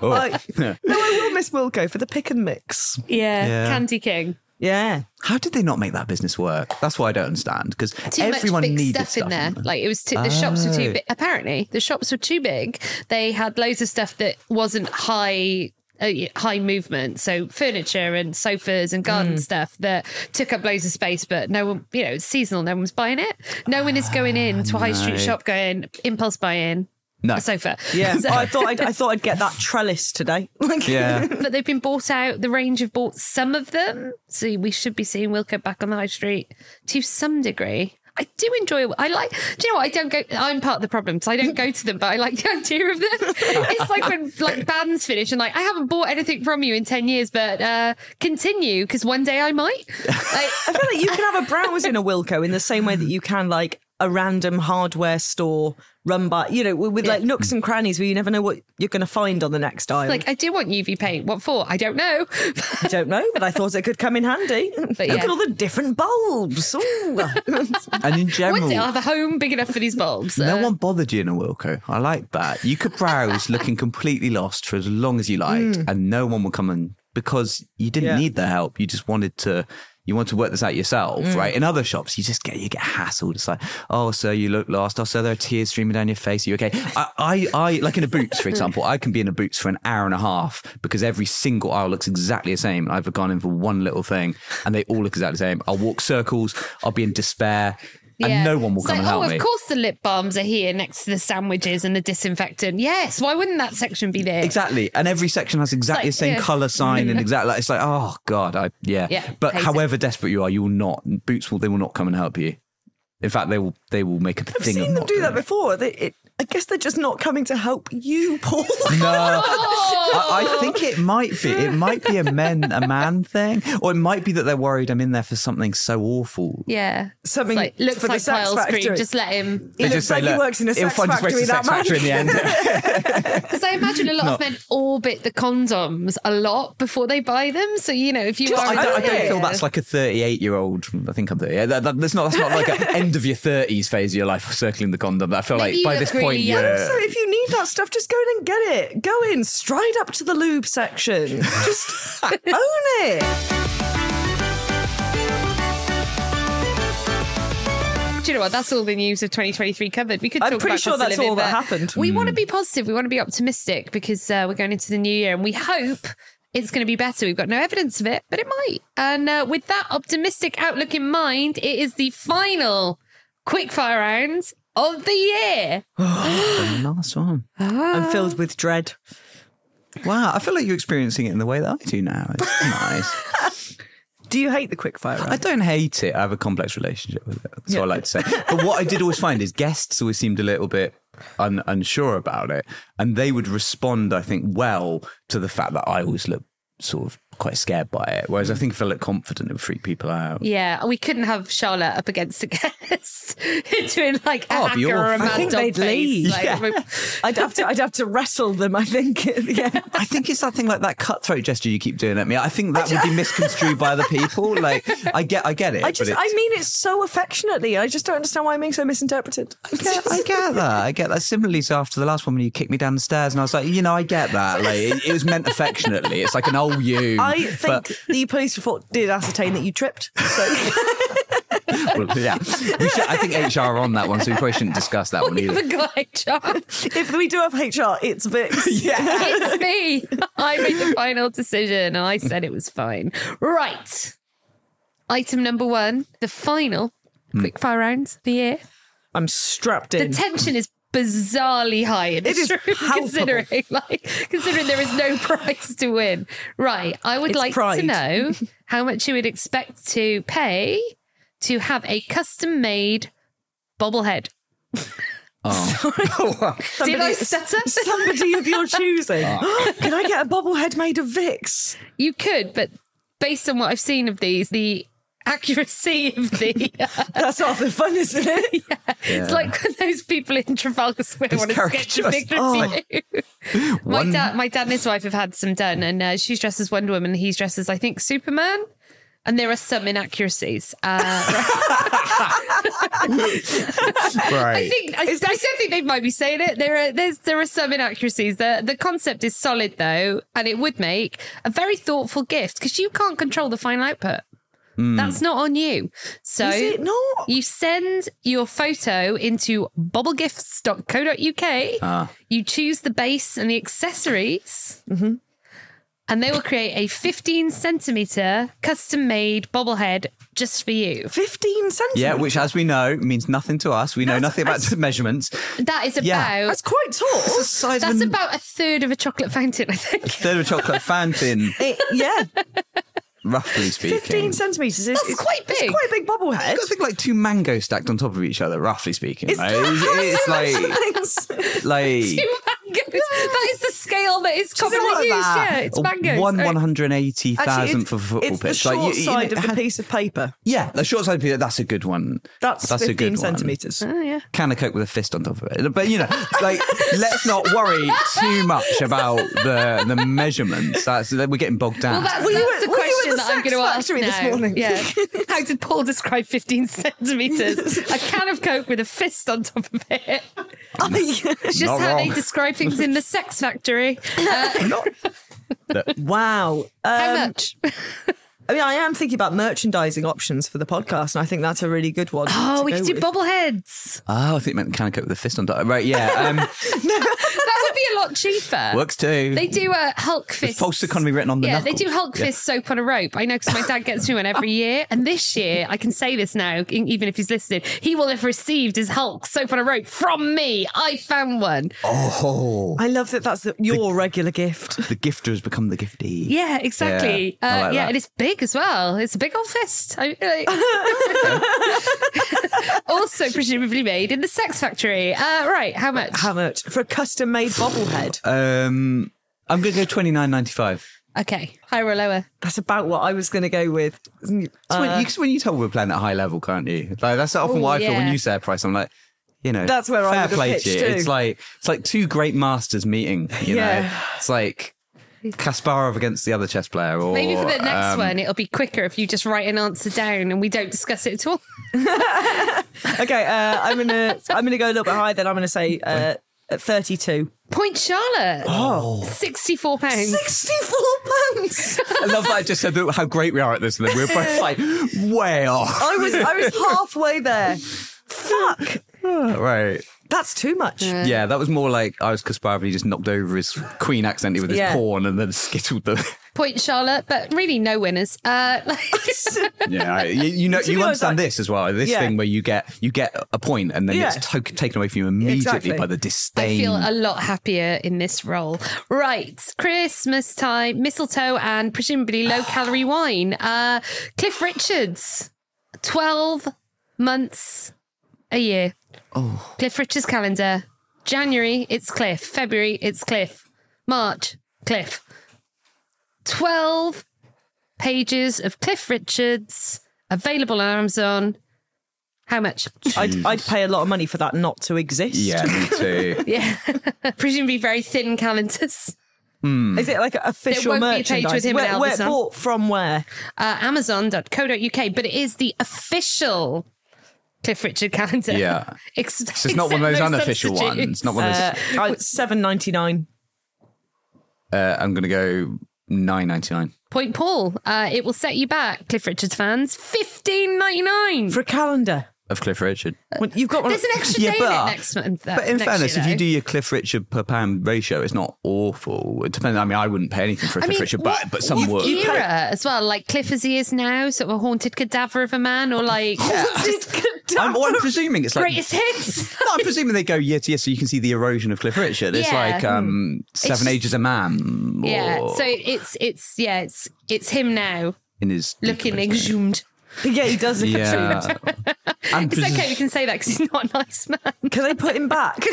[SPEAKER 3] Oh.
[SPEAKER 4] Like, no, I will miss Wilco for the pick and mix.
[SPEAKER 1] Yeah.
[SPEAKER 3] Yeah.
[SPEAKER 1] Candy King.
[SPEAKER 4] Yeah.
[SPEAKER 3] How did they not make that business work? That's why I don't understand because
[SPEAKER 1] Too
[SPEAKER 3] everyone
[SPEAKER 1] much big
[SPEAKER 3] needed
[SPEAKER 1] stuff, in there. Like it was too, the shops were too big. Apparently, the shops were too big. They had loads of stuff that wasn't high. Uh, high movement, so furniture and sofas and garden stuff that took up loads of space, but no one, you know, it's seasonal, no one's buying it. No one is going in to a high street
[SPEAKER 3] no.
[SPEAKER 1] shop going impulse buy in.
[SPEAKER 3] No.
[SPEAKER 1] a sofa.
[SPEAKER 4] Yeah,
[SPEAKER 1] So-
[SPEAKER 4] I thought I'd, I thought I'd get that trellis today. Like,
[SPEAKER 3] Yeah.
[SPEAKER 1] but they've been bought out. The range have bought some of them, so we should be seeing Wilco back on the high street to some degree. I do enjoy. I like. Do you know what? I don't go. I'm part of the problem, so I don't go to them. But I like the idea of them. it's like when like bands finish and like I haven't bought anything from you in ten years, but uh continue because one day I might.
[SPEAKER 4] I
[SPEAKER 1] Like,
[SPEAKER 4] feel like you can have a browse in a Wilco in the same way that you can like a random hardware store run by you know with, with like nooks and crannies where you never know what you're going to find on the next aisle.
[SPEAKER 1] like I do want UV paint. What for? I don't know.
[SPEAKER 4] I don't know, but I thought it could come in handy. Look
[SPEAKER 1] yeah.
[SPEAKER 4] at all the different bulbs. Ooh.
[SPEAKER 3] And in
[SPEAKER 1] One day I'll
[SPEAKER 3] general,
[SPEAKER 1] have a home big enough for these bulbs.
[SPEAKER 3] no
[SPEAKER 1] Uh,
[SPEAKER 3] one bothered you in a Wilco. I like that. You could browse looking completely lost for as long as you liked,
[SPEAKER 1] Mm.
[SPEAKER 3] and no one would come and because you didn't
[SPEAKER 4] Yeah.
[SPEAKER 3] need their help. You just wanted to. You want to work this out yourself,
[SPEAKER 1] Mm.
[SPEAKER 3] right? In other shops, you just get you get hassled. It's like, oh, sir, you look lost. Oh, sir, there are tears streaming down your face. Are you okay? I, I, I, like in a Boots, for example, I can be in a Boots for an hour and a half because every single aisle looks exactly the same. I've gone in for one little thing, and they all look exactly the same. I'll walk circles. I'll be in despair, and no one will
[SPEAKER 1] It's
[SPEAKER 3] come
[SPEAKER 1] like,
[SPEAKER 3] and help
[SPEAKER 1] oh,
[SPEAKER 3] me.
[SPEAKER 1] of course the lip balms are here next to the sandwiches and the disinfectant. Yes, why wouldn't that section be there?
[SPEAKER 3] Exactly. And every section has exactly
[SPEAKER 1] like,
[SPEAKER 3] the same
[SPEAKER 1] yeah.
[SPEAKER 3] colour sign and exactly like, it's like, oh God, I yeah.
[SPEAKER 1] Yeah,
[SPEAKER 3] but
[SPEAKER 1] hate it.
[SPEAKER 3] however desperate you are, you will not boots will they will not come and help you. In fact, they will they will make a
[SPEAKER 4] I've
[SPEAKER 3] thing
[SPEAKER 4] seen
[SPEAKER 3] of
[SPEAKER 4] them
[SPEAKER 3] not
[SPEAKER 4] do
[SPEAKER 3] doing
[SPEAKER 4] that
[SPEAKER 3] it.
[SPEAKER 4] before. They, it, I guess they're just not coming to help you, Paul.
[SPEAKER 3] No.
[SPEAKER 1] Oh!
[SPEAKER 3] I, I think it might be. It might be a men a man thing. Or it might be that they're worried I'm in there for something so awful.
[SPEAKER 1] yeah.
[SPEAKER 4] Something
[SPEAKER 1] It's like, looks
[SPEAKER 4] for the
[SPEAKER 1] like
[SPEAKER 4] sex
[SPEAKER 1] Kyle Scream.
[SPEAKER 4] factory.
[SPEAKER 1] Just let him.
[SPEAKER 3] They
[SPEAKER 4] He looks
[SPEAKER 3] just say,
[SPEAKER 4] like he
[SPEAKER 3] look,
[SPEAKER 4] works in a
[SPEAKER 3] he'll
[SPEAKER 4] sex
[SPEAKER 3] find his way to the
[SPEAKER 4] factory, that
[SPEAKER 3] sex factory in the
[SPEAKER 4] man.
[SPEAKER 3] end.
[SPEAKER 1] Because I imagine a lot of men orbit the condoms a lot before they buy them. So you know, if you
[SPEAKER 4] Just
[SPEAKER 1] are,
[SPEAKER 3] I don't, I don't
[SPEAKER 4] Yeah.
[SPEAKER 3] feel that's like a 38 year old. I think I'm 38. That, that, that's not that's not like an end of your 30s phase of your life of circling the condom. I feel
[SPEAKER 1] Maybe you
[SPEAKER 3] like
[SPEAKER 1] look
[SPEAKER 3] by this
[SPEAKER 1] really
[SPEAKER 3] point,
[SPEAKER 1] young.
[SPEAKER 3] you're-
[SPEAKER 4] So if you need that stuff, just go in and get it. Go in, stride up to the lube section. Just own it.
[SPEAKER 1] do you know what? That's all the news of 2023 covered. We could.
[SPEAKER 4] I'm
[SPEAKER 1] talk
[SPEAKER 4] pretty
[SPEAKER 1] about
[SPEAKER 4] sure
[SPEAKER 1] cost of
[SPEAKER 4] that's
[SPEAKER 1] living,
[SPEAKER 4] all that
[SPEAKER 1] but
[SPEAKER 4] happened. Mm.
[SPEAKER 1] We
[SPEAKER 3] Hmm.
[SPEAKER 1] want to be positive. We want to be optimistic because uh, we're going into the new year, and we hope. It's going to be better. We've got no evidence of it, but it might. And uh, with that optimistic outlook in mind, it is the final quickfire round of the year.
[SPEAKER 3] the last one.
[SPEAKER 4] I'm filled with dread.
[SPEAKER 3] Wow, I feel like you're experiencing it in the way that I do now. It's nice.
[SPEAKER 4] Do you hate the quickfire round?
[SPEAKER 3] I don't hate it. I have a complex relationship with it. That's what I like to say. But what I did always find is guests always seemed a little bit un- unsure about it. And they would respond, I think, well to the fact that I always look sort of quite scared by it.
[SPEAKER 1] Mm.
[SPEAKER 3] Whereas I think if I look confident, it would freak people out.
[SPEAKER 1] Yeah, we couldn't have Charlotte up against a guest doing like a
[SPEAKER 3] Oh, it'd be
[SPEAKER 1] hacker or a
[SPEAKER 3] awful.
[SPEAKER 1] mad
[SPEAKER 3] I think
[SPEAKER 1] dog
[SPEAKER 4] they'd
[SPEAKER 1] face.
[SPEAKER 4] leave.
[SPEAKER 1] Like,
[SPEAKER 3] Yeah.
[SPEAKER 1] we-
[SPEAKER 4] I'd have to. I'd have to wrestle them. I think. yeah.
[SPEAKER 3] I think it's that thing like that cutthroat gesture you keep doing at me. I think that would be misconstrued by other people. Like I get I get it.
[SPEAKER 4] I
[SPEAKER 3] but
[SPEAKER 4] just.
[SPEAKER 3] it's-
[SPEAKER 4] I mean it so affectionately. I just don't understand why I'm being so misinterpreted.
[SPEAKER 3] Yeah, I get that. I get that. Similarly, so after the last one, when you kicked me down the stairs, and I was like, you know, I get that. Like, it, it was meant affectionately. It's like an old you.
[SPEAKER 4] I think
[SPEAKER 3] But,
[SPEAKER 4] the police report did ascertain that you tripped. So
[SPEAKER 3] well, yeah, we should, I think HR are on that one, so we probably shouldn't discuss that one
[SPEAKER 1] we
[SPEAKER 3] either.
[SPEAKER 1] haven't got a job.
[SPEAKER 4] if we do have HR, it's Vix. yeah.
[SPEAKER 1] It's me. I made the final decision and I said it was fine. Right. Item number one, the final
[SPEAKER 4] Hmm.
[SPEAKER 1] quick fire round of the year.
[SPEAKER 4] I'm strapped
[SPEAKER 1] The
[SPEAKER 4] in.
[SPEAKER 1] tension is bizarrely high in this
[SPEAKER 4] It is
[SPEAKER 1] room,
[SPEAKER 4] palpable.
[SPEAKER 1] considering like considering there is no prize to win. Right. I would
[SPEAKER 4] It's
[SPEAKER 1] like to
[SPEAKER 4] pride.
[SPEAKER 1] know how much you would expect to pay to have a custom made bobblehead.
[SPEAKER 3] Oh,
[SPEAKER 1] Did I stutter?
[SPEAKER 4] somebody of your choosing. Can I get a bobblehead made of Vix?
[SPEAKER 1] You could, but based on what I've seen of these, the accuracy of the
[SPEAKER 4] That's half the fun, isn't it?
[SPEAKER 1] it's like when those people in Trafalgar Square want to sketch a
[SPEAKER 3] caricatures.
[SPEAKER 1] picture of you. My
[SPEAKER 3] One-
[SPEAKER 1] dad, my dad and his wife have had some done, and uh, she's dressed as Wonder Woman, and he's dressed as I think Superman. And there are some inaccuracies. Uh, I
[SPEAKER 3] Right.
[SPEAKER 1] think I, I don't think they might be saying it. There are there's there are some inaccuracies. The the concept is solid though, and it would make a very thoughtful gift because you can't control the final output. That's not on you. So
[SPEAKER 4] Is it not?
[SPEAKER 1] You send your photo into
[SPEAKER 4] Ah. Mm-hmm.
[SPEAKER 1] bubblegifts.co.uk. You choose the base and the accessories. and they will create a 15 centimeter custom made bobblehead just for you.
[SPEAKER 4] 15 centimetres.
[SPEAKER 3] Yeah, which, as we know, means nothing to us. We know
[SPEAKER 4] That's-
[SPEAKER 3] nothing about
[SPEAKER 4] that's-
[SPEAKER 3] measurements.
[SPEAKER 1] That is about
[SPEAKER 3] Yeah.
[SPEAKER 4] That's quite
[SPEAKER 3] It's
[SPEAKER 4] tall.
[SPEAKER 3] the size
[SPEAKER 1] that's
[SPEAKER 3] of a
[SPEAKER 1] about a third of a chocolate fountain, I think.
[SPEAKER 3] third of a chocolate fountain,
[SPEAKER 4] It- yeah,
[SPEAKER 3] roughly speaking.
[SPEAKER 4] 15 centimetres is
[SPEAKER 1] That's
[SPEAKER 4] is-
[SPEAKER 1] quite
[SPEAKER 4] it's
[SPEAKER 1] big.
[SPEAKER 4] quite a big bobblehead.
[SPEAKER 3] It's like two mangoes stacked on top of each other, roughly speaking. Like, it's, it's like like
[SPEAKER 1] Two mangoes. Oh That is the scale that is commonly
[SPEAKER 4] lot of
[SPEAKER 1] used.
[SPEAKER 4] that.
[SPEAKER 1] Yeah, it's mangoes.
[SPEAKER 3] Oh, one
[SPEAKER 1] Right.
[SPEAKER 3] one hundred eighty
[SPEAKER 4] Actually,
[SPEAKER 3] thousandth of a football
[SPEAKER 4] it's
[SPEAKER 3] pitch.
[SPEAKER 4] the short
[SPEAKER 3] like you- you
[SPEAKER 4] side
[SPEAKER 3] know,
[SPEAKER 4] of the
[SPEAKER 3] had-
[SPEAKER 4] piece of paper.
[SPEAKER 3] yeah, the short side of the That's a good one.
[SPEAKER 4] That's,
[SPEAKER 3] that's a
[SPEAKER 4] 15
[SPEAKER 3] good
[SPEAKER 4] centimetres.
[SPEAKER 1] Oh, yeah.
[SPEAKER 3] One. Can of Coke with a fist on top of it. But you know, like let's not worry too much about the the measurements. That's we're getting bogged
[SPEAKER 1] Well,
[SPEAKER 3] down.
[SPEAKER 1] that's,
[SPEAKER 4] Were you
[SPEAKER 1] that's
[SPEAKER 4] at-
[SPEAKER 1] the
[SPEAKER 4] were you at
[SPEAKER 1] question
[SPEAKER 4] the
[SPEAKER 1] that I'm
[SPEAKER 4] Sex
[SPEAKER 1] going to ask
[SPEAKER 4] Factory
[SPEAKER 1] now.
[SPEAKER 4] this morning?
[SPEAKER 1] Yeah. How did Paul describe 15 centimeters? A can of Coke with a fist on top of it.
[SPEAKER 4] Oh,
[SPEAKER 1] It's just
[SPEAKER 3] Not
[SPEAKER 1] how they
[SPEAKER 3] wrong.
[SPEAKER 1] describe things in the Sex Factory. Uh,
[SPEAKER 4] Wow.
[SPEAKER 1] how
[SPEAKER 4] Um,
[SPEAKER 1] much?
[SPEAKER 4] I mean, I am thinking about merchandising options for the podcast, and I think that's a really good one.
[SPEAKER 1] Oh,
[SPEAKER 4] to
[SPEAKER 1] we
[SPEAKER 4] go
[SPEAKER 1] could do
[SPEAKER 4] with.
[SPEAKER 1] bobbleheads.
[SPEAKER 3] oh, I think it meant can of Coke with a fist on top. Right, yeah, um,
[SPEAKER 1] That would be a lot cheaper.
[SPEAKER 3] works too.
[SPEAKER 1] They do a Hulk fist.
[SPEAKER 3] false economy written on the
[SPEAKER 1] Yeah, they
[SPEAKER 3] knuckles.
[SPEAKER 1] do Hulk
[SPEAKER 3] Yeah.
[SPEAKER 1] fist soap on a rope. I know because my dad gets me one every year. And this year, I can say this now, e- even if he's listening, he will have received his Hulk soap on a rope from me. I found one.
[SPEAKER 3] oh,
[SPEAKER 4] I love that that's the, your regular gift.
[SPEAKER 3] the gifter has become the giftee.
[SPEAKER 1] Yeah, exactly.
[SPEAKER 3] Yeah, I
[SPEAKER 1] Yeah, uh,
[SPEAKER 3] like
[SPEAKER 1] yeah
[SPEAKER 3] that.
[SPEAKER 1] and it's big as well. It's a big old fist. I, like, also, presumably made in the Sex Factory. Uh, right, how much?
[SPEAKER 4] How much for a custom made bobblehead?
[SPEAKER 3] Um, I'm going to go twenty nine ninety five.
[SPEAKER 1] Okay, higher or lower?
[SPEAKER 4] That's about what I was going to go with.
[SPEAKER 3] It's when,
[SPEAKER 4] Uh,
[SPEAKER 3] you, 'cause when you told we're playing at high level, can't you? Like that's often
[SPEAKER 1] Oh,
[SPEAKER 3] what I feel when
[SPEAKER 1] yeah.
[SPEAKER 3] you say a price. I'm like, you know,
[SPEAKER 4] That's where
[SPEAKER 3] fair
[SPEAKER 4] I would have
[SPEAKER 3] play
[SPEAKER 4] pitched
[SPEAKER 3] to you.
[SPEAKER 4] too.
[SPEAKER 3] It's like it's like two great masters meeting. You know,
[SPEAKER 4] Yeah.
[SPEAKER 3] it's like Kasparov against the other chess player, or
[SPEAKER 1] Maybe for the next
[SPEAKER 3] um,
[SPEAKER 1] one, it'll be quicker if you just write an answer down and we don't discuss it at all.
[SPEAKER 4] okay, uh, I'm gonna I'm gonna go a little bit higher. Then I'm gonna say uh, at 32.
[SPEAKER 1] Point Charlotte. Oh. 64 pounds.
[SPEAKER 4] 64 pounds.
[SPEAKER 3] I love that I just said that- how great we are at this, and then we're both like, way off.
[SPEAKER 4] I was I was halfway there. Fuck,
[SPEAKER 3] right.
[SPEAKER 4] that's too much.
[SPEAKER 3] Yeah, that was more like I was Kasparov and he just knocked over his queen accidentally with his
[SPEAKER 4] Yeah.
[SPEAKER 3] pawn and then skittled the.
[SPEAKER 1] Point Charlotte, but really no winners. Uh, like-
[SPEAKER 3] Yeah, I- you, you know,
[SPEAKER 4] To
[SPEAKER 3] you
[SPEAKER 4] be honest,
[SPEAKER 3] understand
[SPEAKER 4] I-
[SPEAKER 3] this as well. This
[SPEAKER 4] Yeah.
[SPEAKER 3] thing where you get you get a point and then
[SPEAKER 4] Yeah.
[SPEAKER 3] it's to- taken away from you immediately
[SPEAKER 4] Exactly.
[SPEAKER 3] by the
[SPEAKER 1] I
[SPEAKER 3] disdain.
[SPEAKER 1] feel a lot happier in this role. Right, Christmas time, mistletoe, and presumably low calorie wine. Uh, Cliff Richards, 12 months a year. Oh. Cliff Richards calendar. January, it's Cliff. February, it's Cliff. March, Cliff. 12 pages of Cliff Richards available on Amazon. How much?
[SPEAKER 4] I'd, I'd pay a lot of money for that not to exist.
[SPEAKER 3] yeah, me too.
[SPEAKER 1] Yeah. Presumably very thin calendars.
[SPEAKER 4] Is it like official
[SPEAKER 1] There won't be a page
[SPEAKER 4] merchandise?
[SPEAKER 1] with him
[SPEAKER 4] where,
[SPEAKER 1] and Elvis
[SPEAKER 4] where-
[SPEAKER 1] on.
[SPEAKER 4] bought from where?
[SPEAKER 1] uh, amazon.co.uk, but it is the official Cliff Richard calendar.
[SPEAKER 3] Yeah.
[SPEAKER 1] Ex-
[SPEAKER 3] So it's not one of
[SPEAKER 1] except
[SPEAKER 3] those
[SPEAKER 1] no
[SPEAKER 3] unofficial
[SPEAKER 1] substitutes.
[SPEAKER 3] ones. Not one of
[SPEAKER 4] Uh,
[SPEAKER 3] those.
[SPEAKER 4] Seven ninety nine.
[SPEAKER 3] Uh, I'm gonna go nine ninety nine.
[SPEAKER 1] Point Paul, uh, it will set you back, Cliff Richard fans, fifteen ninety nine.
[SPEAKER 4] for a calendar.
[SPEAKER 3] Of Cliff Richard,
[SPEAKER 4] When you've got one.
[SPEAKER 1] There's an extra
[SPEAKER 3] Yeah,
[SPEAKER 1] day in
[SPEAKER 3] but-
[SPEAKER 1] it next month. uh,
[SPEAKER 3] but in
[SPEAKER 1] next
[SPEAKER 3] fairness,
[SPEAKER 1] year,
[SPEAKER 3] if you
[SPEAKER 1] though.
[SPEAKER 3] do your Cliff Richard per pound ratio, it's not awful. It depends. I mean, I wouldn't pay anything for a
[SPEAKER 1] I
[SPEAKER 3] Cliff
[SPEAKER 1] mean,
[SPEAKER 3] Richard,
[SPEAKER 1] what-
[SPEAKER 3] but but some
[SPEAKER 1] what
[SPEAKER 3] would.
[SPEAKER 1] Era as well, like Cliff as he is now, sort of a haunted cadaver of a man, or like
[SPEAKER 3] I'm, well, I'm presuming it's like.
[SPEAKER 1] greatest hits.
[SPEAKER 3] No, I'm presuming they go year to year, so you can see the erosion of Cliff Richard. It's
[SPEAKER 1] Yeah.
[SPEAKER 3] like um, seven
[SPEAKER 1] just-
[SPEAKER 3] ages a man.
[SPEAKER 1] Yeah,
[SPEAKER 3] or-
[SPEAKER 1] so it's it's yeah, it's it's him now
[SPEAKER 3] in his
[SPEAKER 1] looking
[SPEAKER 3] deep basement.
[SPEAKER 1] exhumed.
[SPEAKER 4] yeah, he does look yeah.
[SPEAKER 3] Yeah. And
[SPEAKER 1] It's
[SPEAKER 3] presu-
[SPEAKER 1] okay, we can say that because he's not a nice man.
[SPEAKER 4] Can they put him back?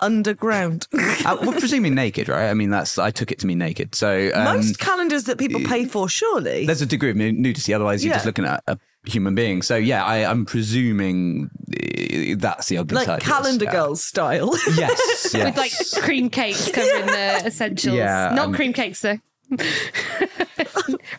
[SPEAKER 4] Underground.
[SPEAKER 3] uh, we're presuming naked, right? I mean, that's I took it to mean naked. So um,
[SPEAKER 4] Most calendars that people pay for, surely.
[SPEAKER 3] there's a degree of nu- nudity. Otherwise, you're
[SPEAKER 4] Yeah.
[SPEAKER 3] just looking at a human being. So yeah, I, I'm presuming uh, that's the ugly
[SPEAKER 4] Like
[SPEAKER 3] side. of this,
[SPEAKER 4] calendar
[SPEAKER 3] yeah.
[SPEAKER 4] girls style.
[SPEAKER 3] Yes, yes.
[SPEAKER 1] with like cream cakes covering the essentials.
[SPEAKER 3] Yeah,
[SPEAKER 1] Not
[SPEAKER 3] um,
[SPEAKER 1] cream cakes though.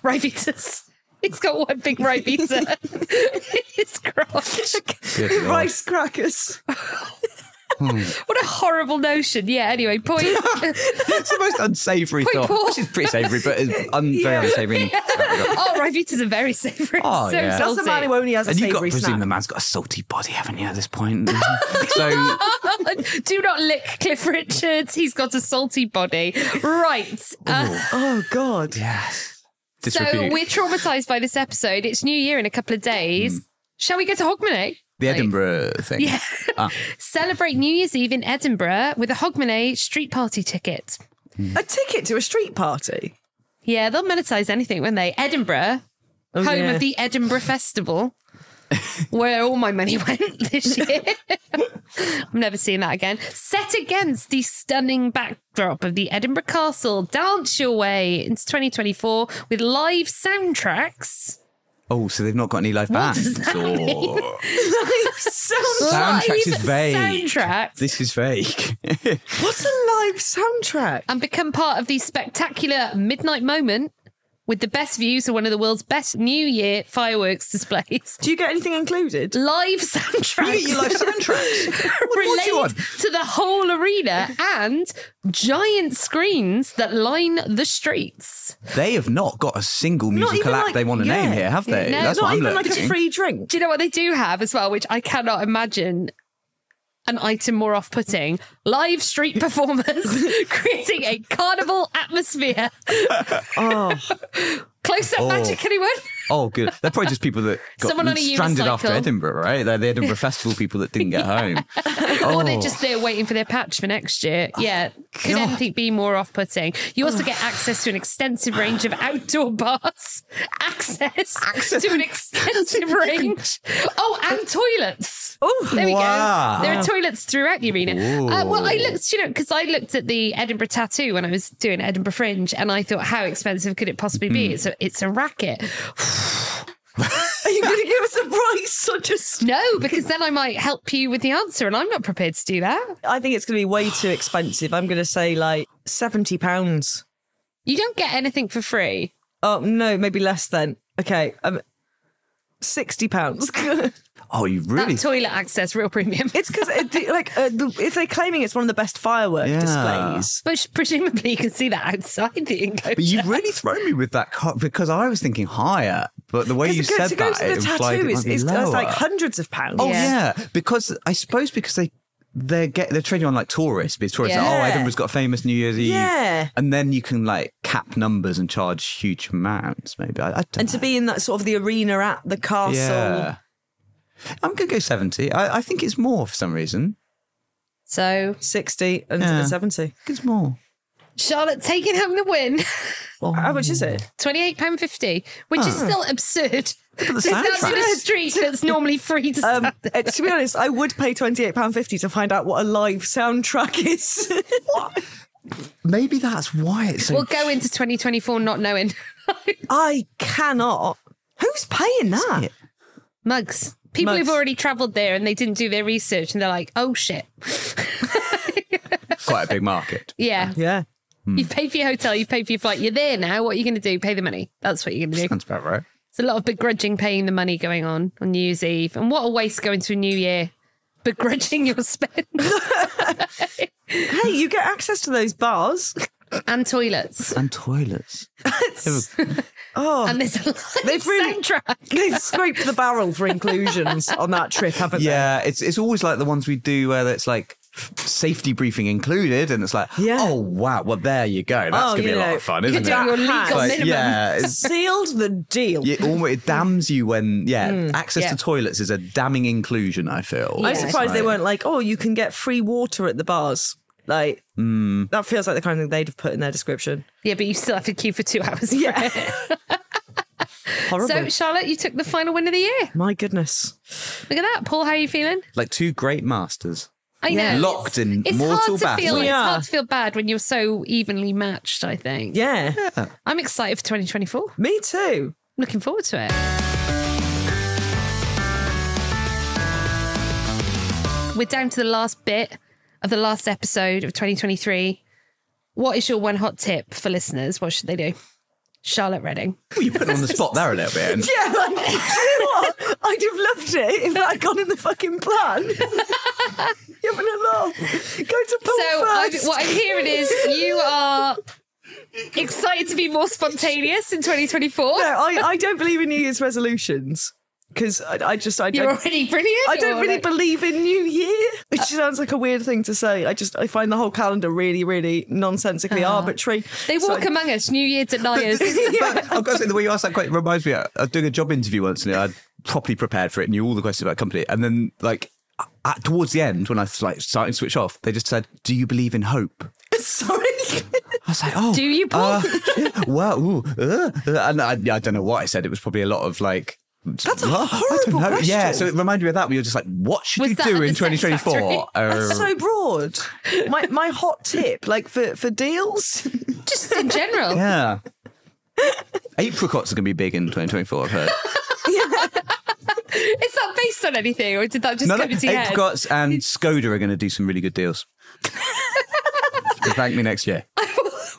[SPEAKER 1] Ribitas. It's got one big ribita. it's crotch.
[SPEAKER 3] Good lord.
[SPEAKER 4] Rice crackers.
[SPEAKER 1] What a horrible notion. Yeah, anyway, point.
[SPEAKER 3] It's the most unsavoury
[SPEAKER 1] Point
[SPEAKER 3] thought.
[SPEAKER 1] Paul.
[SPEAKER 3] Which is pretty savoury, but it's un- very unsavoury.
[SPEAKER 1] oh, Rivetas are very savoury.
[SPEAKER 3] Oh,
[SPEAKER 1] so
[SPEAKER 3] yeah.
[SPEAKER 4] That's
[SPEAKER 1] salty.
[SPEAKER 4] a man who only has a
[SPEAKER 3] And you've got to
[SPEAKER 4] savoury
[SPEAKER 3] presume
[SPEAKER 4] snack.
[SPEAKER 3] the man's got a salty body, haven't you, at this point? so
[SPEAKER 1] Do not lick Cliff Richards. He's got a salty body. Right. Uh,
[SPEAKER 4] Oh God!
[SPEAKER 3] Yes.
[SPEAKER 1] so we're traumatized by this episode. It's New Year in a couple of days. Shall we go to Hogmanay?
[SPEAKER 3] the
[SPEAKER 1] Like,
[SPEAKER 3] Edinburgh thing.
[SPEAKER 1] Yeah.
[SPEAKER 3] Ah.
[SPEAKER 1] Celebrate New Year's Eve in Edinburgh with a Hogmanay street party ticket.
[SPEAKER 3] Mm.
[SPEAKER 4] A ticket to a street party.
[SPEAKER 1] Yeah, they'll monetize anything, won't they? Edinburgh,
[SPEAKER 3] Oh,
[SPEAKER 1] home
[SPEAKER 4] yeah.
[SPEAKER 1] of the Edinburgh Festival, where all my money went this year. I'm never seeing that again. Set against the stunning backdrop of the Edinburgh Castle, dance your way into 2024 with live soundtracks.
[SPEAKER 3] Oh, so they've not got any live bands. or-
[SPEAKER 4] Sound-
[SPEAKER 3] Soundtracks
[SPEAKER 1] Live
[SPEAKER 3] is vague.
[SPEAKER 1] Soundtracks.
[SPEAKER 3] This is vague.
[SPEAKER 4] What's a live soundtrack?
[SPEAKER 1] and become part of the spectacular midnight moment with the best views of one of the world's best New Year fireworks displays.
[SPEAKER 4] Do you get anything included?
[SPEAKER 1] Live soundtracks.
[SPEAKER 3] your live soundtracks.
[SPEAKER 1] related
[SPEAKER 3] you want?
[SPEAKER 1] to the whole arena and giant screens that line the streets.
[SPEAKER 3] They have not got a single musical
[SPEAKER 4] even
[SPEAKER 3] act
[SPEAKER 4] like-
[SPEAKER 3] they want to
[SPEAKER 4] yeah.
[SPEAKER 3] name here, have they?
[SPEAKER 1] No,
[SPEAKER 3] That's
[SPEAKER 4] Not
[SPEAKER 3] what I'm
[SPEAKER 4] even
[SPEAKER 3] looking.
[SPEAKER 4] like a free drink.
[SPEAKER 1] Do you know what they do have as well, which I cannot imagine an item more off putting? Live street performers creating a carnival atmosphere.
[SPEAKER 4] Oh,
[SPEAKER 1] Close up magic, anyone?
[SPEAKER 3] oh, good. They're probably just people that got
[SPEAKER 1] Someone on a
[SPEAKER 3] stranded after
[SPEAKER 1] unicycle.
[SPEAKER 3] Edinburgh, right? They're the Edinburgh Festival people that didn't get home.
[SPEAKER 1] Or they're just there waiting for their patch for next year. Yeah. Could
[SPEAKER 3] Oh. God.
[SPEAKER 1] anything be more off putting? You also get access to an extensive range of outdoor bars, access, to an extensive range. Oh, and toilets.
[SPEAKER 4] Oh,
[SPEAKER 1] there we
[SPEAKER 3] wow.
[SPEAKER 1] go. There are toilets throughout the arena. Uh, well, I looked, you know, because I looked at the Edinburgh tattoo when I was doing Edinburgh Fringe and I thought, how expensive could it possibly be?
[SPEAKER 3] Hmm.
[SPEAKER 1] It's, a, it's a racket.
[SPEAKER 4] are you going to give us a price or just?
[SPEAKER 1] No, because then I might help you with the answer and I'm not prepared to do that.
[SPEAKER 4] I think it's going to be way too expensive. I'm going to say like seventy pounds.
[SPEAKER 1] You don't get anything for free.
[SPEAKER 4] Oh no, maybe less then. Okay, um, sixty pounds.
[SPEAKER 3] Oh, you really?
[SPEAKER 1] That toilet access, real premium.
[SPEAKER 4] it's because like uh, the, if they're claiming it's one of the best firework
[SPEAKER 3] Yeah.
[SPEAKER 4] displays.
[SPEAKER 1] But sh- presumably you can see that outside the enclosure.
[SPEAKER 3] But you've really thrown me with that co- because I was thinking higher, but the way you
[SPEAKER 4] Because to go-
[SPEAKER 3] said
[SPEAKER 4] to go
[SPEAKER 3] that,
[SPEAKER 4] to the
[SPEAKER 3] it
[SPEAKER 4] tattoo
[SPEAKER 3] implied it
[SPEAKER 4] is,
[SPEAKER 3] might be
[SPEAKER 4] is that's like
[SPEAKER 3] lower.
[SPEAKER 4] hundreds of pounds.
[SPEAKER 3] Oh
[SPEAKER 1] Yeah.
[SPEAKER 3] yeah. because I suppose because they they're get they're trading on like tourists because tourists
[SPEAKER 1] Yeah.
[SPEAKER 3] are, oh Edinburgh's got a famous New Year's Eve,
[SPEAKER 4] Yeah.
[SPEAKER 3] and then you can like cap numbers and charge huge amounts. Maybe I, I don't
[SPEAKER 4] And to
[SPEAKER 3] know.
[SPEAKER 4] be in that sort of the arena at the castle.
[SPEAKER 3] yeah, I'm gonna go seventy. I, I think it's more for some reason.
[SPEAKER 1] So
[SPEAKER 4] 60 and
[SPEAKER 3] Yeah.
[SPEAKER 4] 70.
[SPEAKER 3] I think it's more.
[SPEAKER 1] Charlotte taking home the win,
[SPEAKER 4] How much is it?
[SPEAKER 1] £28.50, which is still absurd. It's
[SPEAKER 3] soundtrack.
[SPEAKER 1] in a street that's normally free to
[SPEAKER 4] Um,
[SPEAKER 1] stand.
[SPEAKER 4] uh, to be honest, I would pay £28.50 to find out what a live soundtrack is.
[SPEAKER 3] Maybe that's why it's so.
[SPEAKER 1] we'll go into 2024 not knowing.
[SPEAKER 4] I cannot. Who's paying that?
[SPEAKER 1] Mugs. People
[SPEAKER 4] Mugs.
[SPEAKER 1] who've already travelled there and they didn't do their research and they're like, oh shit.
[SPEAKER 3] quite a big market.
[SPEAKER 1] Yeah.
[SPEAKER 4] Yeah.
[SPEAKER 1] You've paid for your hotel, you've paid for your flight, you're there now. What are you going to do? Pay the money. That's what you're going to do.
[SPEAKER 3] Sounds about right.
[SPEAKER 1] It's a lot of begrudging paying the money going on on New Year's Eve. And what a waste going to a new year. Begrudging your spend
[SPEAKER 4] Hey, you get access to those bars.
[SPEAKER 1] and toilets.
[SPEAKER 3] And toilets.
[SPEAKER 4] Oh,
[SPEAKER 1] And there's a live
[SPEAKER 4] They've really-
[SPEAKER 1] soundtrack.
[SPEAKER 4] they've scraped the barrel for inclusions on that trip, haven't they?
[SPEAKER 3] Yeah, it's it's always like the ones we do where it's like safety briefing included, and it's like,
[SPEAKER 4] Yeah.
[SPEAKER 3] oh wow, well there you go. That's
[SPEAKER 4] Oh,
[SPEAKER 3] gonna be
[SPEAKER 4] you
[SPEAKER 3] a lot
[SPEAKER 4] know,
[SPEAKER 3] of fun,
[SPEAKER 4] you
[SPEAKER 3] isn't
[SPEAKER 1] You're
[SPEAKER 3] it?
[SPEAKER 1] doing your
[SPEAKER 4] That
[SPEAKER 1] legal
[SPEAKER 4] has-
[SPEAKER 3] Like,
[SPEAKER 1] minimum.
[SPEAKER 3] yeah, it's,
[SPEAKER 4] Sealed the deal.
[SPEAKER 3] it almost it damns you when yeah. access
[SPEAKER 1] yeah.
[SPEAKER 3] to toilets is a damning inclusion. I feel.
[SPEAKER 1] Yeah.
[SPEAKER 4] I'm
[SPEAKER 3] It's
[SPEAKER 4] surprised they
[SPEAKER 3] like-
[SPEAKER 4] weren't like, oh, you can get free water at the bars. Like, that feels like the kind of thing they'd have put in their description.
[SPEAKER 1] Yeah, but you still have to queue for two hours. for
[SPEAKER 4] Yeah.
[SPEAKER 1] it.
[SPEAKER 4] Horrible.
[SPEAKER 1] So, Charlotte, you took the final win of the year.
[SPEAKER 4] My goodness.
[SPEAKER 1] Look at that. Paul, how are you feeling?
[SPEAKER 3] like two great masters.
[SPEAKER 1] I
[SPEAKER 4] Yeah.
[SPEAKER 1] know.
[SPEAKER 3] Locked in
[SPEAKER 1] it's
[SPEAKER 3] mortal
[SPEAKER 1] hard to feel,
[SPEAKER 3] battle.
[SPEAKER 1] It's
[SPEAKER 4] Yeah.
[SPEAKER 1] hard to feel bad when you're so evenly matched, I think.
[SPEAKER 4] Yeah.
[SPEAKER 1] I'm excited for 2024. I'm
[SPEAKER 4] Me too.
[SPEAKER 1] looking forward to it. We're down to the last bit of the last episode of 2023. What is your one hot tip for listeners? What should they do? Charlotte Redding.
[SPEAKER 3] Well, you put them on the spot there a little bit. And
[SPEAKER 4] Yeah, like, do you know what? I'd have loved it if that had gone in the fucking plan. You're having a laugh. Go to Paul
[SPEAKER 1] So I'm,
[SPEAKER 4] 1st
[SPEAKER 1] what I'm hearing is you are excited to be more spontaneous in 2024.
[SPEAKER 4] no, I, I don't believe in New Year's resolutions because I, I just I
[SPEAKER 1] You're
[SPEAKER 4] don't.
[SPEAKER 1] already brilliant.
[SPEAKER 4] I don't
[SPEAKER 1] You're
[SPEAKER 4] really
[SPEAKER 1] like-
[SPEAKER 4] believe in New Year, which sounds like a weird thing to say. I just I find the whole calendar really, really nonsensically arbitrary.
[SPEAKER 1] Uh-huh. They
[SPEAKER 4] So
[SPEAKER 1] walk
[SPEAKER 4] I-
[SPEAKER 1] among us, New Year deniers.
[SPEAKER 3] But I've got to say, the way you asked that question reminds me. I was doing a job interview once, and I properly prepared for it, knew all the questions about company, and then like at, towards the end, when I was like starting to switch off, they just said, "Do you believe in hope?"
[SPEAKER 4] Sorry.
[SPEAKER 3] I was like, "Oh,
[SPEAKER 1] Do you, Paul?
[SPEAKER 3] uh, well, ooh, uh, uh," and I, I don't know what I said. It was probably a lot of like.
[SPEAKER 4] That's a
[SPEAKER 3] "What? I don't
[SPEAKER 4] horrible
[SPEAKER 3] know."
[SPEAKER 4] question.
[SPEAKER 3] Yeah, so it reminded me of that. We were just like, "What should
[SPEAKER 1] Was
[SPEAKER 3] you
[SPEAKER 1] that
[SPEAKER 3] do
[SPEAKER 1] at
[SPEAKER 3] in Oh,
[SPEAKER 1] the sex
[SPEAKER 3] 2024?"
[SPEAKER 4] That's so broad. My my hot tip, like for for deals,
[SPEAKER 1] Just in general.
[SPEAKER 3] Yeah. Apricots are going to be big in 2024, I've heard.
[SPEAKER 1] Is that based on anything, or did that just
[SPEAKER 3] No, no,
[SPEAKER 1] come into your head?
[SPEAKER 3] apricots and Skoda are going to do some really good deals. Thank me next year.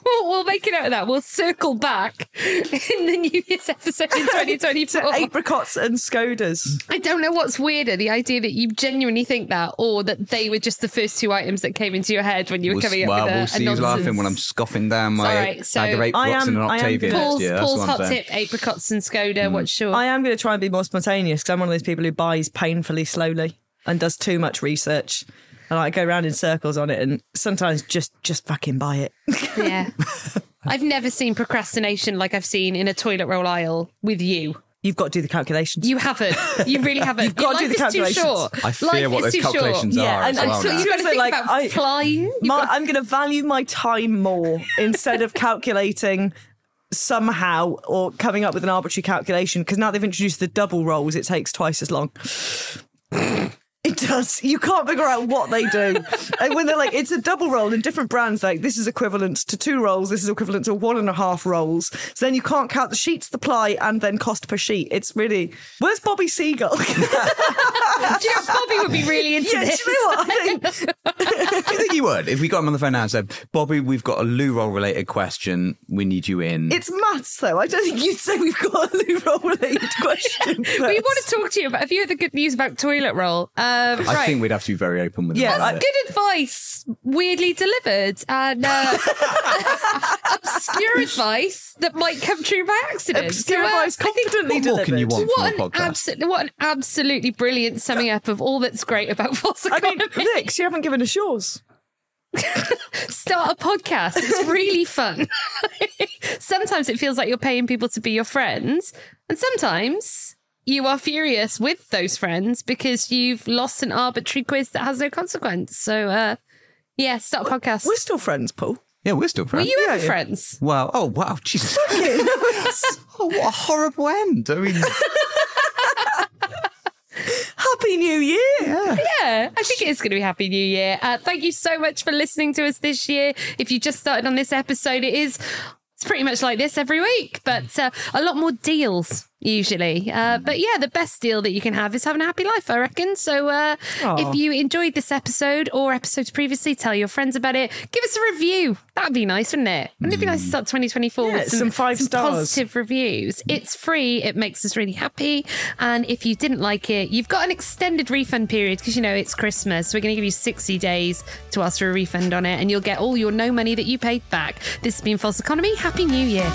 [SPEAKER 1] we'll, we'll make it out of that. We'll circle back in the New Year's episode in 2024.
[SPEAKER 4] apricots and Skodas.
[SPEAKER 1] I don't know what's weirder the idea that you genuinely think that, or that they were just the first two items that came into your head when you were
[SPEAKER 3] We'll,
[SPEAKER 1] coming up
[SPEAKER 3] well,
[SPEAKER 1] with a,
[SPEAKER 3] we'll
[SPEAKER 1] a
[SPEAKER 3] see who's
[SPEAKER 1] nonsense.
[SPEAKER 3] laughing when I'm scoffing down my
[SPEAKER 1] Alright, so
[SPEAKER 3] bag of apricots
[SPEAKER 4] I am-
[SPEAKER 3] and an
[SPEAKER 4] I am
[SPEAKER 3] Octavia
[SPEAKER 4] gonna-
[SPEAKER 3] next
[SPEAKER 1] Paul's,
[SPEAKER 3] year. That's
[SPEAKER 1] Paul's
[SPEAKER 3] what I'm
[SPEAKER 1] hot
[SPEAKER 3] saying. Mm.
[SPEAKER 1] tip: apricots and Skoda. What's your?
[SPEAKER 4] I am going to try and be more spontaneous because I'm one of those people who buys painfully slowly and does too much research. And I go around in circles on it, and sometimes just just fucking buy it.
[SPEAKER 1] yeah. I've never seen procrastination like I've seen in a toilet roll aisle with you.
[SPEAKER 4] You've got to do the calculations.
[SPEAKER 1] You haven't. You really haven't. You've
[SPEAKER 4] gotta do the
[SPEAKER 1] Too
[SPEAKER 4] calculations.
[SPEAKER 1] short.
[SPEAKER 3] I fear
[SPEAKER 1] Life
[SPEAKER 3] what
[SPEAKER 1] is
[SPEAKER 3] those
[SPEAKER 1] too short.
[SPEAKER 3] calculations
[SPEAKER 4] Yeah,
[SPEAKER 3] are.
[SPEAKER 4] and-
[SPEAKER 3] as
[SPEAKER 4] and
[SPEAKER 3] well
[SPEAKER 4] so
[SPEAKER 3] now.
[SPEAKER 1] You've got to
[SPEAKER 4] Seriously,
[SPEAKER 1] think
[SPEAKER 4] like,
[SPEAKER 1] about
[SPEAKER 4] I-
[SPEAKER 1] flying. You've
[SPEAKER 4] My,
[SPEAKER 1] got-
[SPEAKER 4] I'm going to value my time more instead of calculating somehow or coming up with an arbitrary calculation because now they've introduced the double rolls, it takes twice as long. It does. You can't figure out what they do. and when they're like, it's a double roll in different brands, like this is equivalent to two rolls, this is equivalent to one and a half rolls. So then you can't count the sheets, the ply, and then cost per sheet. It's really, where's Bobby Seagull?
[SPEAKER 1] Do you know, Bobby would be really into
[SPEAKER 4] yeah, do
[SPEAKER 1] this.
[SPEAKER 4] you know what? I think
[SPEAKER 3] Do you think you would? If we got him on the phone now and said, Bobby, we've got a loo roll related question. We need you in.
[SPEAKER 4] It's maths, though. I don't think you'd say we've got a loo roll related question.
[SPEAKER 1] We want to talk to you about. Have you had the good news about toilet roll? Um,
[SPEAKER 3] I
[SPEAKER 1] right.
[SPEAKER 3] think we'd have to be very open with him
[SPEAKER 4] Yeah,
[SPEAKER 3] about
[SPEAKER 4] I-
[SPEAKER 3] it.
[SPEAKER 1] good advice, weirdly delivered, and uh, obscure advice that might come true by accident.
[SPEAKER 4] obscure
[SPEAKER 1] So, uh,
[SPEAKER 4] advice confidently
[SPEAKER 3] What more can you
[SPEAKER 4] delivered.
[SPEAKER 3] want
[SPEAKER 1] What
[SPEAKER 3] from a
[SPEAKER 1] an,
[SPEAKER 3] podcast?
[SPEAKER 1] abso- what an absolutely brilliant summing up of all that's great about false
[SPEAKER 4] I mean,
[SPEAKER 1] economy.
[SPEAKER 4] Vix, you haven't given us yours.
[SPEAKER 1] Start a podcast. It's really fun. sometimes it feels like you're paying people to be your friends, and sometimes you are furious with those friends because you've lost an arbitrary quiz that has no consequence. So, uh, yeah, start a podcast.
[SPEAKER 4] We're still friends, Paul.
[SPEAKER 3] yeah, we're still
[SPEAKER 1] Were
[SPEAKER 3] friends.
[SPEAKER 1] you
[SPEAKER 4] Yeah,
[SPEAKER 1] ever
[SPEAKER 4] yeah.
[SPEAKER 1] friends?
[SPEAKER 3] Wow. Oh, wow. Jesus. oh, what a horrible end. I mean,
[SPEAKER 4] Happy New Year.
[SPEAKER 1] Yeah, I think it is going to be Happy New Year. Uh, thank you so much for listening to us this year. If you just started on this episode, it is. It's pretty much like this every week, but uh, a lot more deals usually. Uh, but yeah, the best deal that you can have is having a happy life, I reckon. So uh,
[SPEAKER 4] Aw.
[SPEAKER 1] if you enjoyed this episode or episodes previously, tell your friends about it. Give us a review. That'd be nice, wouldn't it? Wouldn't it be nice to start 2024
[SPEAKER 4] Mm. Yeah,
[SPEAKER 1] with some,
[SPEAKER 4] some five stars.
[SPEAKER 1] positive positive reviews. It's free. It makes us really happy. And if you didn't like it, you've got an extended refund period because you know it's Christmas. We're going to give you 60 days to ask for a refund on it, and you'll get all your no money that you paid back. This has been False Economy. Happy New Year.